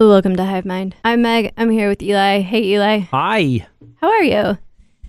Welcome to Hive Mind. I'm Meg. I'm here with Eli. Hey, Eli. Hi. How are you?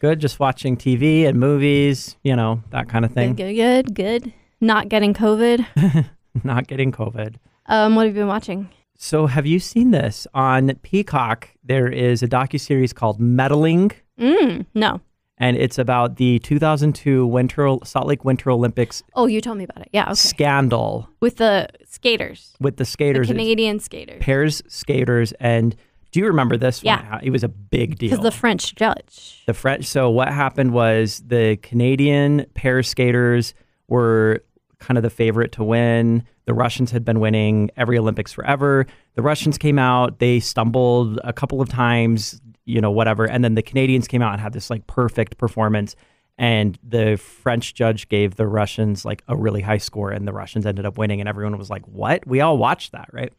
Good. Just watching TV and movies, you know, that kind of Good, thing. good, good, good. Not getting COVID. Not getting COVID. Um, what have you been watching? So, have you seen this on Peacock? There is a docu series called Meddling, Mm, no. and it's about the 2002 Winter Salt Lake Winter Olympics Oh, you told me about it. Yeah, okay. scandal with the skaters, with the the skaters. It Canadian skaters, pairs skaters, and do you remember this? one? Yeah. It was a big deal. because the French judge. The French. So what happened was the Canadian pair skaters were kind of the favorite to win. The Russians had been winning every Olympics forever. The Russians came out, they stumbled a couple of times, you know, whatever. And then the Canadians came out and had this like perfect performance. And the French judge gave the Russians like a really high score, and the Russians ended up winning. And everyone was like, "What? We all watched that, right?"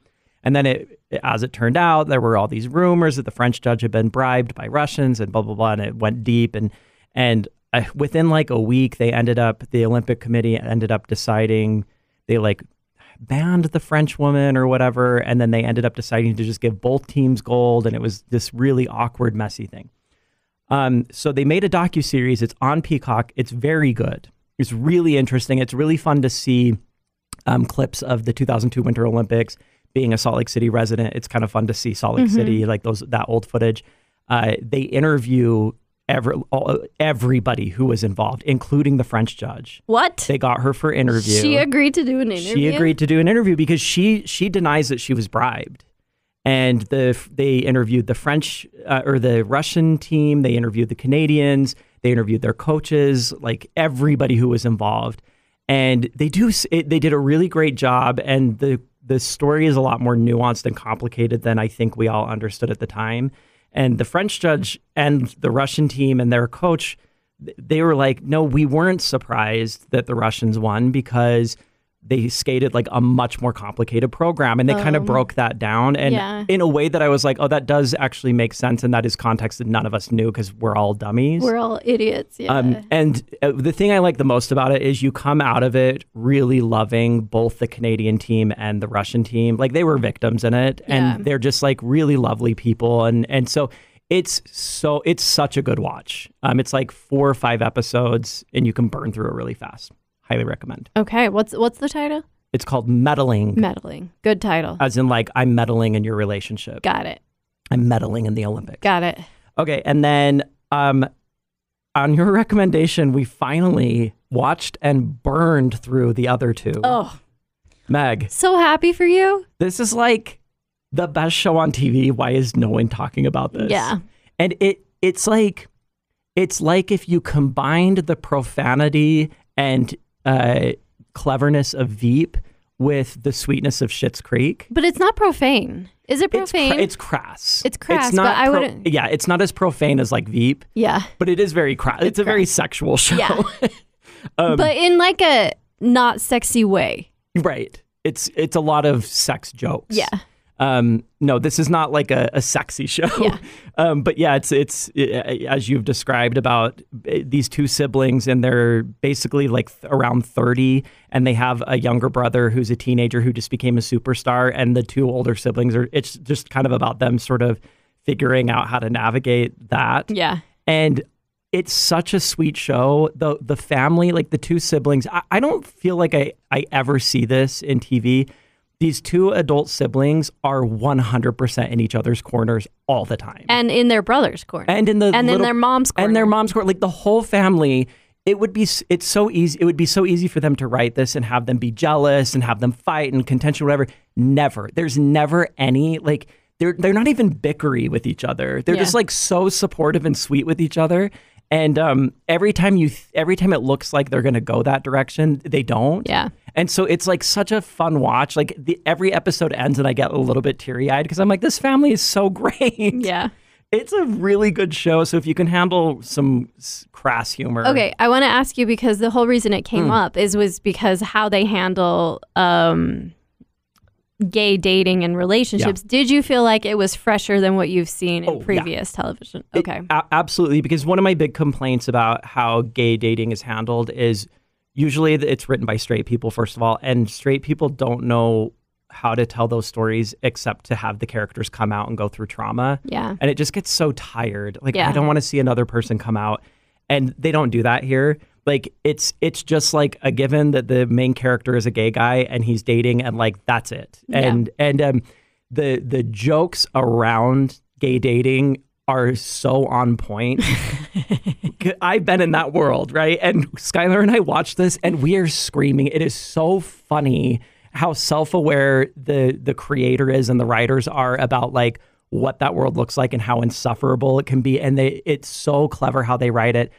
And then it, as it turned out, there were all these rumors that the French judge had been bribed by Russians and blah blah blah, and it went deep. And and uh, within like a week, they ended up the Olympic Committee ended up deciding they like banned the French woman or whatever, and then they ended up deciding to just give both teams gold, and it was this really awkward, messy thing. Um, so they made a docu series. It's on Peacock. It's very good. It's really interesting. It's really fun to see um, clips of the 2002 Winter Olympics. Being a Salt Lake City resident, it's kind of fun to see Salt Lake Mm-hmm. City, like those that old footage. Uh, they interview every, all, everybody who was involved, including the French judge. What? They got her for interview. She agreed to do an interview. She agreed to do an interview because she she denies that she was bribed. And the they interviewed the French uh, or the Russian team. They interviewed the Canadians. They interviewed their coaches, like everybody who was involved. And they do s- it, they did a really great job. And the the story is a lot more nuanced and complicated than I think we all understood at the time. And the French judge and the Russian team and their coach, th- they were like, no, we weren't surprised that the Russians won because they skated like a much more complicated program and they kind of Um, broke that down and yeah. in a way that I was like, oh, that does actually make sense and that is context that none of us knew because we're all dummies. We're all idiots. Yeah. um, and uh, the thing I like the most about it is you come out of it really loving both the Canadian team and the Russian team. Like they were victims in it, Yeah. and they're just like really lovely people, and and so it's so it's such a good watch. Um, it's like four or five episodes, and you can burn through it really fast. Highly recommend. okay. What's what's the title? It's called meddling, Meddling. Good title. as in like I'm meddling in your relationship. Got it. I'm meddling in the Olympics. Got it. Okay, and then um, on your recommendation, we finally watched and burned through the other two. Oh, Meg, so happy for you. this is like the best show on TV. Why is no one talking about this? Yeah. and it it's like it's like if you combined the profanity and uh, cleverness of Veep with the sweetness of Schitt's Creek. But it's not profane. Is it It's, cra- profane? it's crass. It's crass, but I wouldn't- Yeah, it's not as profane as like Veep, yeah. but it is very crass. It's, a very sexual show. Um, Yeah. but in like a not sexy way. Right. It's it's a lot of sex jokes. Yeah. Um, no, this is not like a, a sexy show. Yeah. Um, but yeah, it's it's uh as you've described about uh, these two siblings, and they're basically like th- around thirty, and they have a younger brother who's a teenager who just became a superstar, and the two older siblings are. It's just kind of about them sort of figuring out how to navigate that Yeah. and it's such a sweet show. The the family, like the two siblings, I, I don't feel like I, I ever see this in TV. These two adult siblings are 100% in each other's corners all the time. And in their brother's corner. And in the and then little- their mom's corner. and their mom's corner, like the whole family, it would be s- it's so easy it would be so easy for them to write this and have them be jealous and have them fight and contention whatever. Never. There's never any like they're they're not even bickery with each other. They're Yeah. just like so supportive and sweet with each other. And um, every time you th- every time it looks like they're going to go that direction, they don't. Yeah. And so it's like such a fun watch. Like the, every episode ends and I get a little bit teary-eyed because I'm like this family is so great. Yeah. It's a really good show. So if you can handle some s- crass humor, Okay, I want to ask you because the whole reason it Hmm. came up is was because how they handle um gay dating and relationships. Did you feel like it was fresher than what you've seen in Oh, yeah. previous television? It- Okay. a- absolutely. Because one of my big complaints about how gay dating is handled is usually that it's written by straight people, first of all, and straight people don't know how to tell those stories except to have the characters come out and go through trauma. Yeah. And it just gets so tired. Like Yeah. I don't want to see another person come out and they don't do that here. Like it's it's just like a given that the main character is a gay guy and he's dating and like that's it. Yeah. And and um the the jokes around gay dating are so on point. I've been in that world, right? And Skylar and I watched this and we are screaming. It is so funny how self-aware the the creator is and the writers are about like what that world looks like and how insufferable it can be and they it's so clever how they write it.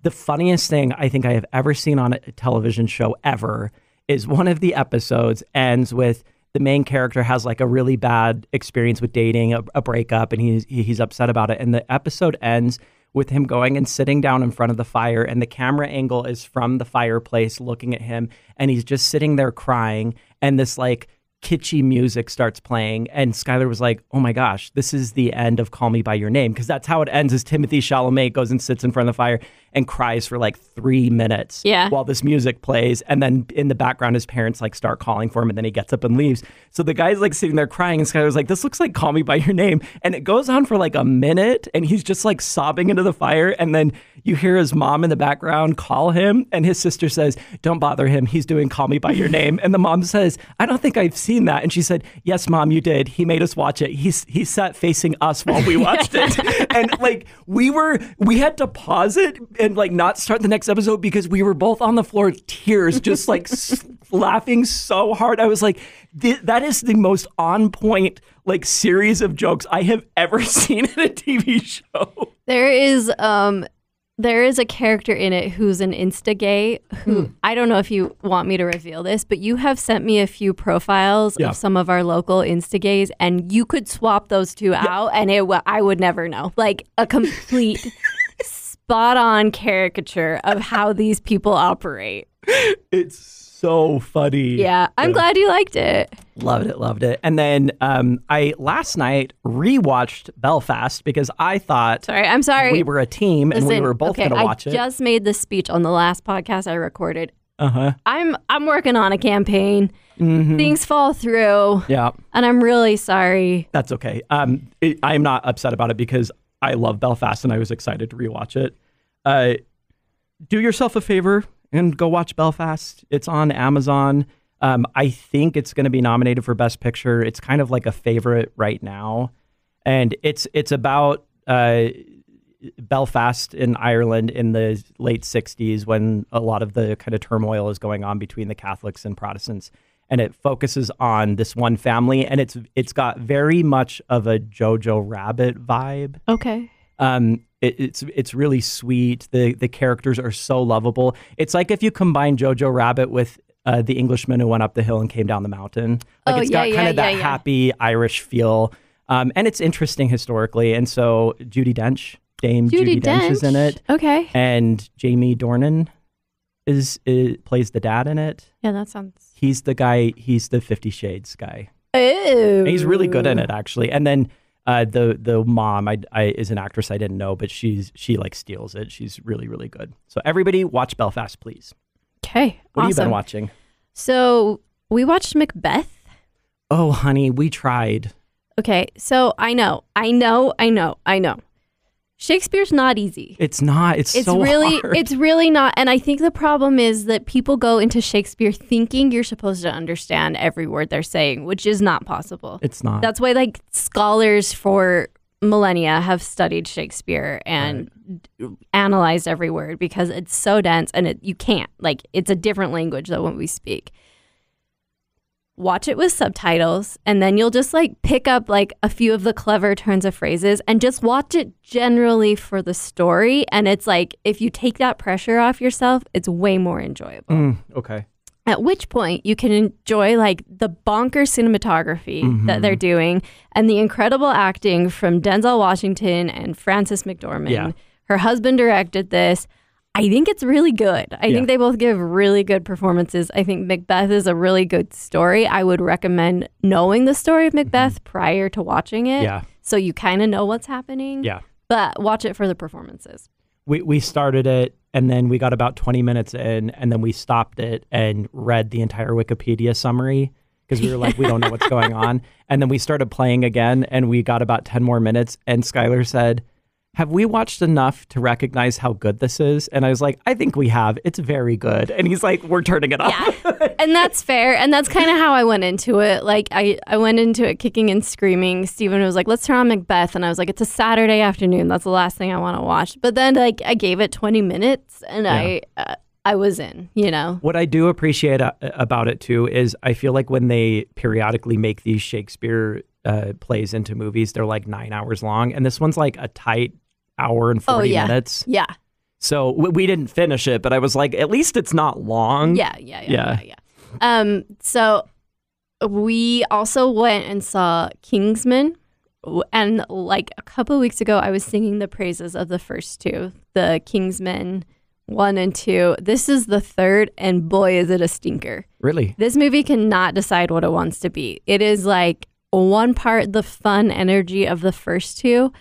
The funniest thing I think I have ever seen on a television show ever is one of the episodes ends with the main character has like a really bad experience with dating, a, a breakup, and he's he- he's upset about it. And the episode ends with him going and sitting down in front of the fire, and the camera angle is from the fireplace looking at him, and he's just sitting there crying, and this like kitschy music starts playing and Skylar was like, "Oh my gosh, this is the end of Call Me by Your Name" because that's how it ends is Timothy Chalamet goes and sits in front of the fire and cries for like 3 minutes Yeah. while this music plays and then in the background his parents like start calling for him and then he gets up and leaves. So the guy's like sitting there crying and Skylar's like, "This looks like Call Me by Your Name." And it goes on for like a minute and he's just like sobbing into the fire and then you hear his mom in the background call him and his sister says, "Don't bother him. He's doing Call Me by Your Name." And the mom says, "I don't think I've seen that." And she said, "Yes, mom, you did. He made us watch it. He's he sat facing us while we watched it." and like we were we had to pause it and like not start the next episode because we were both on the floor tears just like s- laughing so hard. I was like, "Th- "That is the most on point like series of jokes I have ever seen in a TV show." There is um there is a character in it who's an insta-gay who Hmm. I don't know if you want me to reveal this, but you have sent me a few profiles Yeah. of some of our local insta-gays and you could swap those two out and it wa- I would never know. Like a complete spot on caricature of how these people operate. It's so funny. Yeah, I'm glad you liked it. Loved it, loved it. And then um, I last night rewatched Belfast because I thought Sorry, I'm sorry. we were a team and we Listen, were both okay, going to watch I it. just made this speech on the last podcast I recorded. Uh huh. I'm I'm working on a campaign. Mm-hmm. Things fall through, Yeah, and I'm really sorry. that's okay. Um, it, I'm not upset about it because I love Belfast and I was excited to rewatch it. Uh, do yourself a favor and go watch Belfast. It's on Amazon. Um, I think it's going to be nominated for Best Picture. It's kind of like a favorite right now, and it's it's about uh, Belfast in Ireland in the late 60s when a lot of the kind of turmoil is going on between the Catholics and Protestants and it focuses on this one family and it's it's got very much of a Jojo Rabbit vibe Okay. um, it, it's it's really sweet. The the characters are so lovable. It's like if you combine Jojo Rabbit with uh, the Englishman who went up the hill and came down the mountain. Like Oh, it's yeah, got kind yeah, of that yeah, yeah. happy Irish feel, um, and it's interesting historically. And so Judy Dench, Dame Judy, Judy, Dench. is in it, Okay. and Jamie Dornan is, is plays the dad in it. Yeah, that sounds. He's the guy. He's the Fifty Shades guy. Ew. And He's really good in it, actually. And then uh, the the mom I, I, is an actress I didn't know, but she's she like steals it. She's really really good. So everybody watch Belfast, please. Okay. What have you awesome. been watching? So we watched Macbeth. Oh, honey, we tried. Okay. So I know, I know, I know, I know. Shakespeare's not easy. It's not. It's, It's so really, hard. it's really not. And I think the problem is that people go into Shakespeare thinking you're supposed to understand every word they're saying, which is not possible. it's not. That's why like scholars for millennia have studied Shakespeare and d- analyzed every word because it's so dense and it you can't like it's a different language than what we speak. Watch it with subtitles and then you'll just like pick up like a few of the clever turns of phrases and just watch it generally for the story and it's like if you take that pressure off yourself it's way more enjoyable. Mm, okay. At which point you can enjoy like the bonker cinematography Mm-hmm. that they're doing and the incredible acting from Denzel Washington and Frances McDormand. Yeah. Her husband directed this. I think it's really good. I Yeah. think they both give really good performances. I think Macbeth is a really good story. I would recommend knowing the story of Macbeth prior to watching it. Mm-hmm. Yeah. So you kind of know what's happening. Yeah. But watch it for the performances. We we started it and then we got about 20 minutes in and then we stopped it and read the entire Wikipedia summary because we were like, we don't know what's going on. And then we started playing again and we got about 10 more minutes. And Skylar said, Have we watched enough to recognize how good this is? And I was like, I think we have. It's very good. And he's like, We're turning it off. Yeah. and that's fair. And that's kind of how I went into it. Like I, I went into it kicking and screaming. Steven was like, let's turn on Macbeth. And I was like, it's a Saturday afternoon. That's the last thing I want to watch. But then like I gave it 20 minutes and I, uh, I was in, you know? What I do appreciate uh, about it too is I feel like when they periodically make these Shakespeare uh, plays into movies, they're like nine hours long, and this one's like a tight hour and Oh, forty yeah. minutes. Yeah. So we, we didn't finish it, but I was like, at least it's not long. Yeah, yeah, yeah, Yeah. yeah, yeah. Um, so we also went and saw Kingsman, w- and like a couple weeks ago, I was singing the praises of the first two, the Kingsman one and two. This is the third, and boy, is it a stinker! really. This movie cannot decide what it wants to be. It is like one part the fun energy of the first two,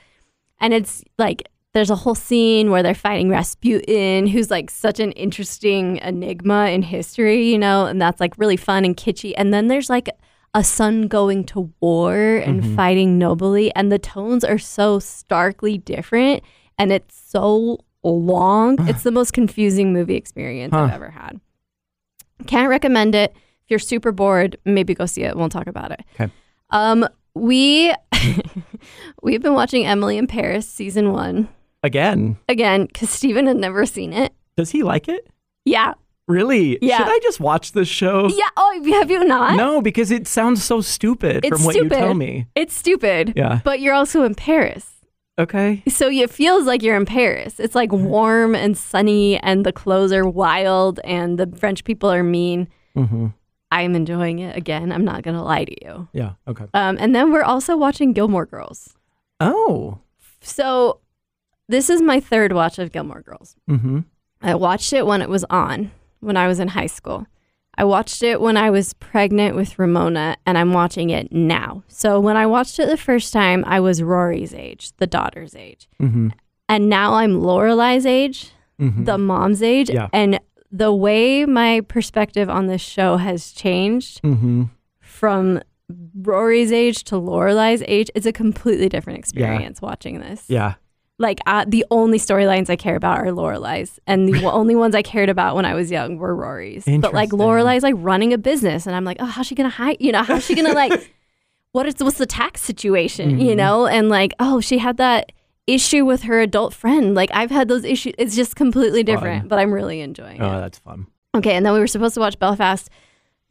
and it's like there's a whole scene where they're fighting Rasputin, who's like such an interesting enigma in history, you know, and that's like really fun and kitschy. And then there's like a son going to war and fighting nobly, and the tones are so starkly different, and it's so long. it's the most confusing movie experience I've Huh. ever had. Can't recommend it. If you're super bored, maybe go see it. We'll talk about it. Okay. Um, we we've been watching Emily in Paris season one Again, again because Steven had never seen it. does he like it? Yeah, Really? Yeah. Should I just watch this show? yeah. Oh, have you not? No, because it sounds so stupid It's from what stupid. you tell me. It's stupid. Yeah. But you're also in Paris, Okay. so it feels like you're in Paris. It's like warm and sunny, and the clothes are wild, and the French people are mean. hmm I'm enjoying it again. I'm not gonna lie to you. Yeah. Okay. Um, and then we're also watching Gilmore Girls. Oh. So this is my third watch of Gilmore Girls. Mm-hmm. I watched it when it was on when I was in high school. I watched it when I was pregnant with Ramona, and I'm watching it now. So when I watched it the first time, I was Rory's age, the daughter's age. Mm-hmm. And now I'm Lorelai's age, the mom's age. Yeah. And the way my perspective on this show has changed Mm-hmm. from Rory's age to Lorelai's age, it's a completely different experience watching this Yeah. like uh, the only storylines I care about are Lorelai's, and the only ones I cared about when I was young were Rory's. But like Interesting. Lorelai's, like running a business, and I'm like, oh, how's she gonna hide? You know, how's she gonna like? What is what's the tax situation? You know, and like, oh, she had that issue with her adult friend. Like I've had those issues. It's just completely Fun. different, but I'm really enjoying Oh, it. that's fun. Okay, and then we were supposed to watch Belfast,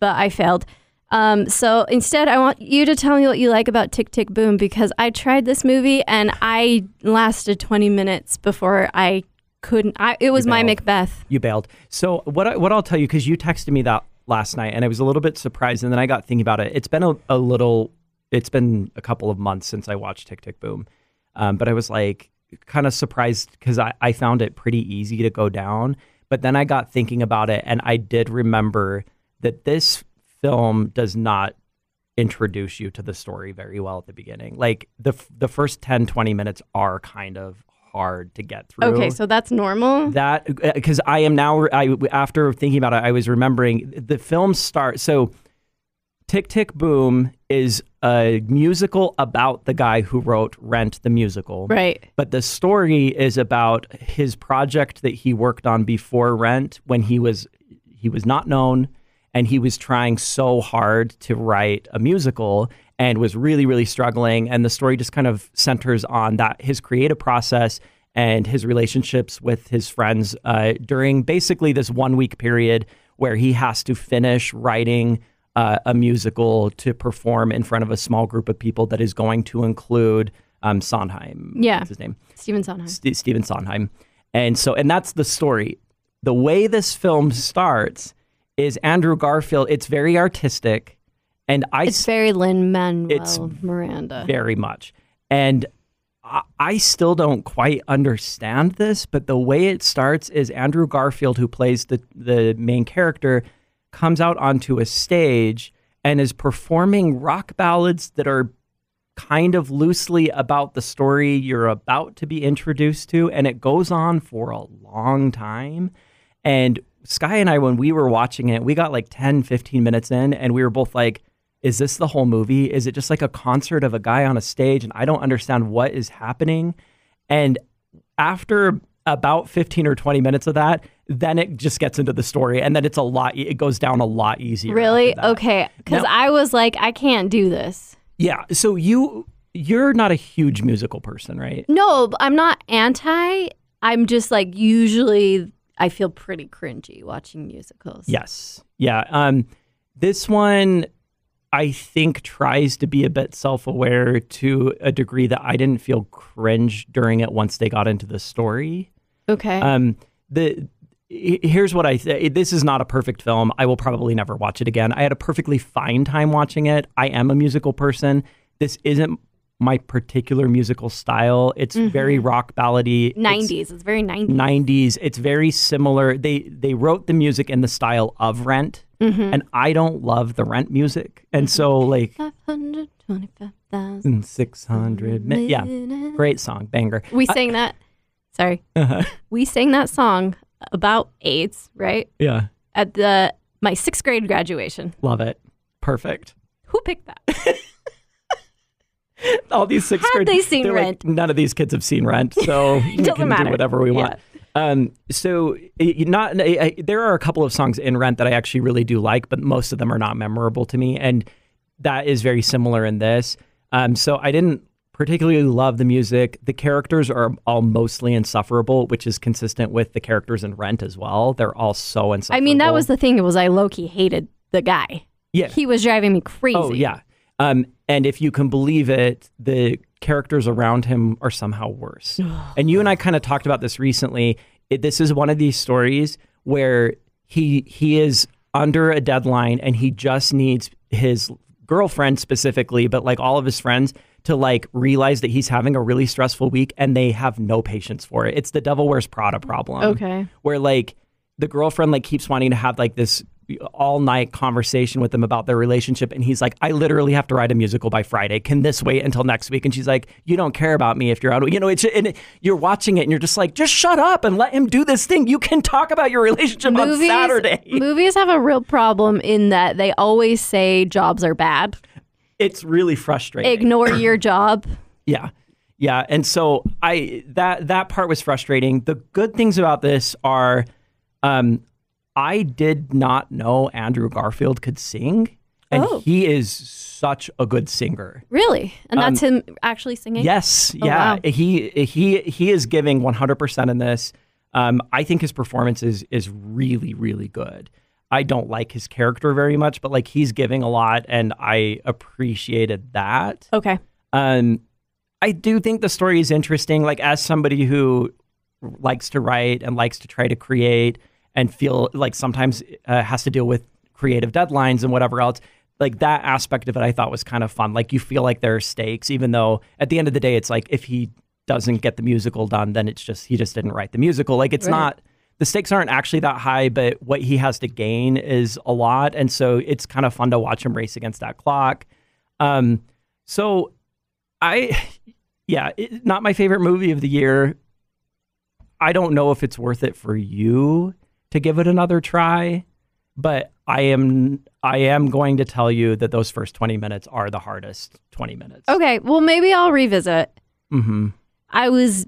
but I failed. Um, so instead, I want you to tell me what you like about Tick Tick Boom because I tried this movie and I lasted 20 minutes before I couldn't. I, it was You my bailed. Macbeth. You bailed. So what I, what I'll tell you because you texted me that last night, and I was a little bit surprised, and then I got thinking about it. It's been a, a little, it's been a couple of months since I watched Tick Tick Boom, um, but I was like kind of surprised because I, I found it pretty easy to go down, but then I got thinking about it, and I did remember that this film does not introduce you to the story very well at the beginning. Like the f- the first 10 20 minutes are kind of hard to get through. Okay, so that's normal. That because I am now I after thinking about it, I was remembering the film start. So, Tick Tick Boom is a musical about the guy who wrote Rent the musical, right. But the story is about his project that he worked on before Rent, when he was he was not known, and he was trying so hard to write a musical and was really really struggling. And the story just kind of centers on that his creative process and his relationships with his friends uh, during basically this one week period where he has to finish writing uh, a musical to perform in front of a small group of people that is going to include um, Sondheim. Yeah. What's his name? Steven Sondheim. St- Steven Sondheim. And so, and that's the story. The way this film starts is Andrew Garfield. It's very artistic, and I It's very Lin It's Manuel Miranda. very much. And I, I still don't quite understand this, but the way it starts is Andrew Garfield, who plays the, the main character, comes out onto a stage and is performing rock ballads that are kind of loosely about the story you're about to be introduced to. And it goes on for a long time. And Sky and I, when we were watching it, we got like 10, 15 minutes in, and we were both like, is this the whole movie? Is it just like a concert of a guy on a stage and I don't understand what is happening? And after about 15 or 20 minutes of that, then it just gets into the story and then it's a lot e, it goes down a lot easier. Really? after that. Okay. Because No. I was like, I can't do this. Yeah. So you you're not a huge musical person, right? No, b- I'm not anti. I'm just like, usually I feel pretty cringy watching musicals. Yes. Yeah. Um, this one, I think, tries to be a bit self aware to a degree that I didn't feel cringe during it once they got into the story. Okay. Um, the he- here's what I th- this is not a perfect film. I will probably never watch it again. I had a perfectly fine time watching it. I am a musical person. This isn't my particular musical style. It's very rock ballady. It's- 90s. It's, very 90s. 90s it's very similar they they wrote the music in the style of rent Mm-hmm. and i don't love the rent music and so like mm, 525,000. 600 mi- yeah great song banger We sang that. Sorry. Uh-huh. We sang that song about AIDS, right? yeah At the my sixth grade graduation. love it perfect Who picked that? all these sixth Had grade they seen they're like, Rent? none of these kids have seen rent so we doesn't can matter. do whatever we want um so i- not I, I, there are a couple of songs in rent that i actually really do like but most of them are not memorable to me and that is very similar in this um so i didn't particularly love the music the characters are all mostly insufferable which is consistent with the characters in rent as well they're all so insufferable I mean, that was the thing. It was I low key hated the guy. yeah He was driving me crazy. Oh yeah. Um, and if you can believe it, the characters around him are somehow worse. and you and I kind of talked about this recently. It, this is one of these stories where he he is under a deadline and he just needs his girlfriend specifically, but like all of his friends to like realize that he's having a really stressful week and they have no patience for it. It's the devil wears Prada problem Okay. where like the girlfriend like keeps wanting to have like this all night conversation with them about their relationship and he's like I literally have to write a musical by Friday can this wait until next week and she's like you don't care about me if you're out you know it's and it- you're watching it and you're just like just shut up and let him do this thing you can talk about your relationship on Saturday movies have a real problem in that they always say jobs are bad. it's really frustrating Ignore your job. Yeah. Yeah, and so I that that part was frustrating. The good things about this are um I did not know Andrew Garfield could sing and Oh. he is such a good singer. Really? And that's him actually singing? Yes, yeah. Oh, wow. He he he is giving 100% in this. Um I think his performance is is really really good. I don't like his character very much, but like he's giving a lot and I appreciated that. Okay. Um, I do think the story is interesting. Like as somebody who likes to write and likes to try to create and feel like sometimes uh, has to deal with creative deadlines and whatever else. Like that aspect of it, I thought was kind of fun. Like you feel like there are stakes, even though at the end of the day, it's like if he doesn't get the musical done, then it's just he just didn't write the musical. Like it's Right. not the stakes aren't actually that high, but what he has to gain is a lot, and so it's kind of fun to watch him race against that clock. Um, so I, yeah, it, not my favorite movie of the year. I don't know if it's worth it for you to give it another try, but I am I am going to tell you that those first twenty minutes are the hardest twenty minutes. Okay. Well, maybe I'll revisit. hmm I was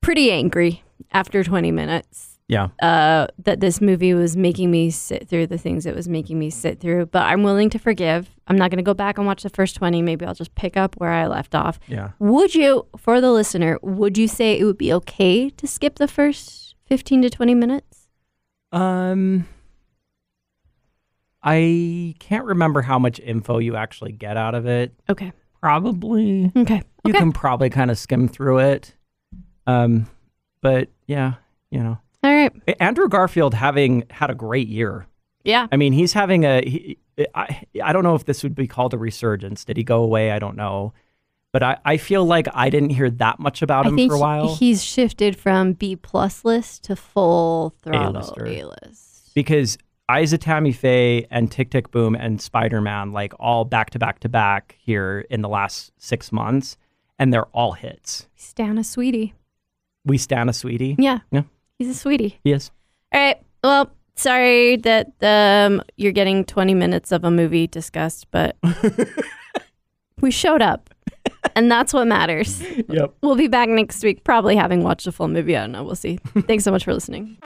pretty angry after 20 minutes Yeah. uh, that this movie was making me sit through the things it was making me sit through, but I'm willing to forgive. I'm not going to go back and watch the first 20. Maybe I'll just pick up where I left off. Yeah. Would you, for the listener, would you say it would be okay to skip the first 15 to 20 minutes? Um. I can't remember how much info you actually get out of it. Okay. Probably Okay. you okay. can probably kind of skim through it. Um, but yeah, you know, All right. Andrew Garfield having had a great year. Yeah. I mean, he's having a. He, I I don't know if this would be called a resurgence. Did he go away? I don't know. But I, I feel like I didn't hear that much about I him think for a he- while he's shifted from B plus list to full throttle A-lister. A list. because Isa Tammy Faye and Tick Tick Boom and Spider Man like all back to back to back here in the last six months, and they're all hits. Stan a sweetie. We stand a sweetie. Yeah. Yeah. He's a sweetie. Yes. All right. Well, sorry that um, you're getting 20 minutes of a movie discussed, but we showed up. And that's what matters. Yep. We'll be back next week, probably having watched the full movie. I don't know. We'll see. Thanks so much for listening.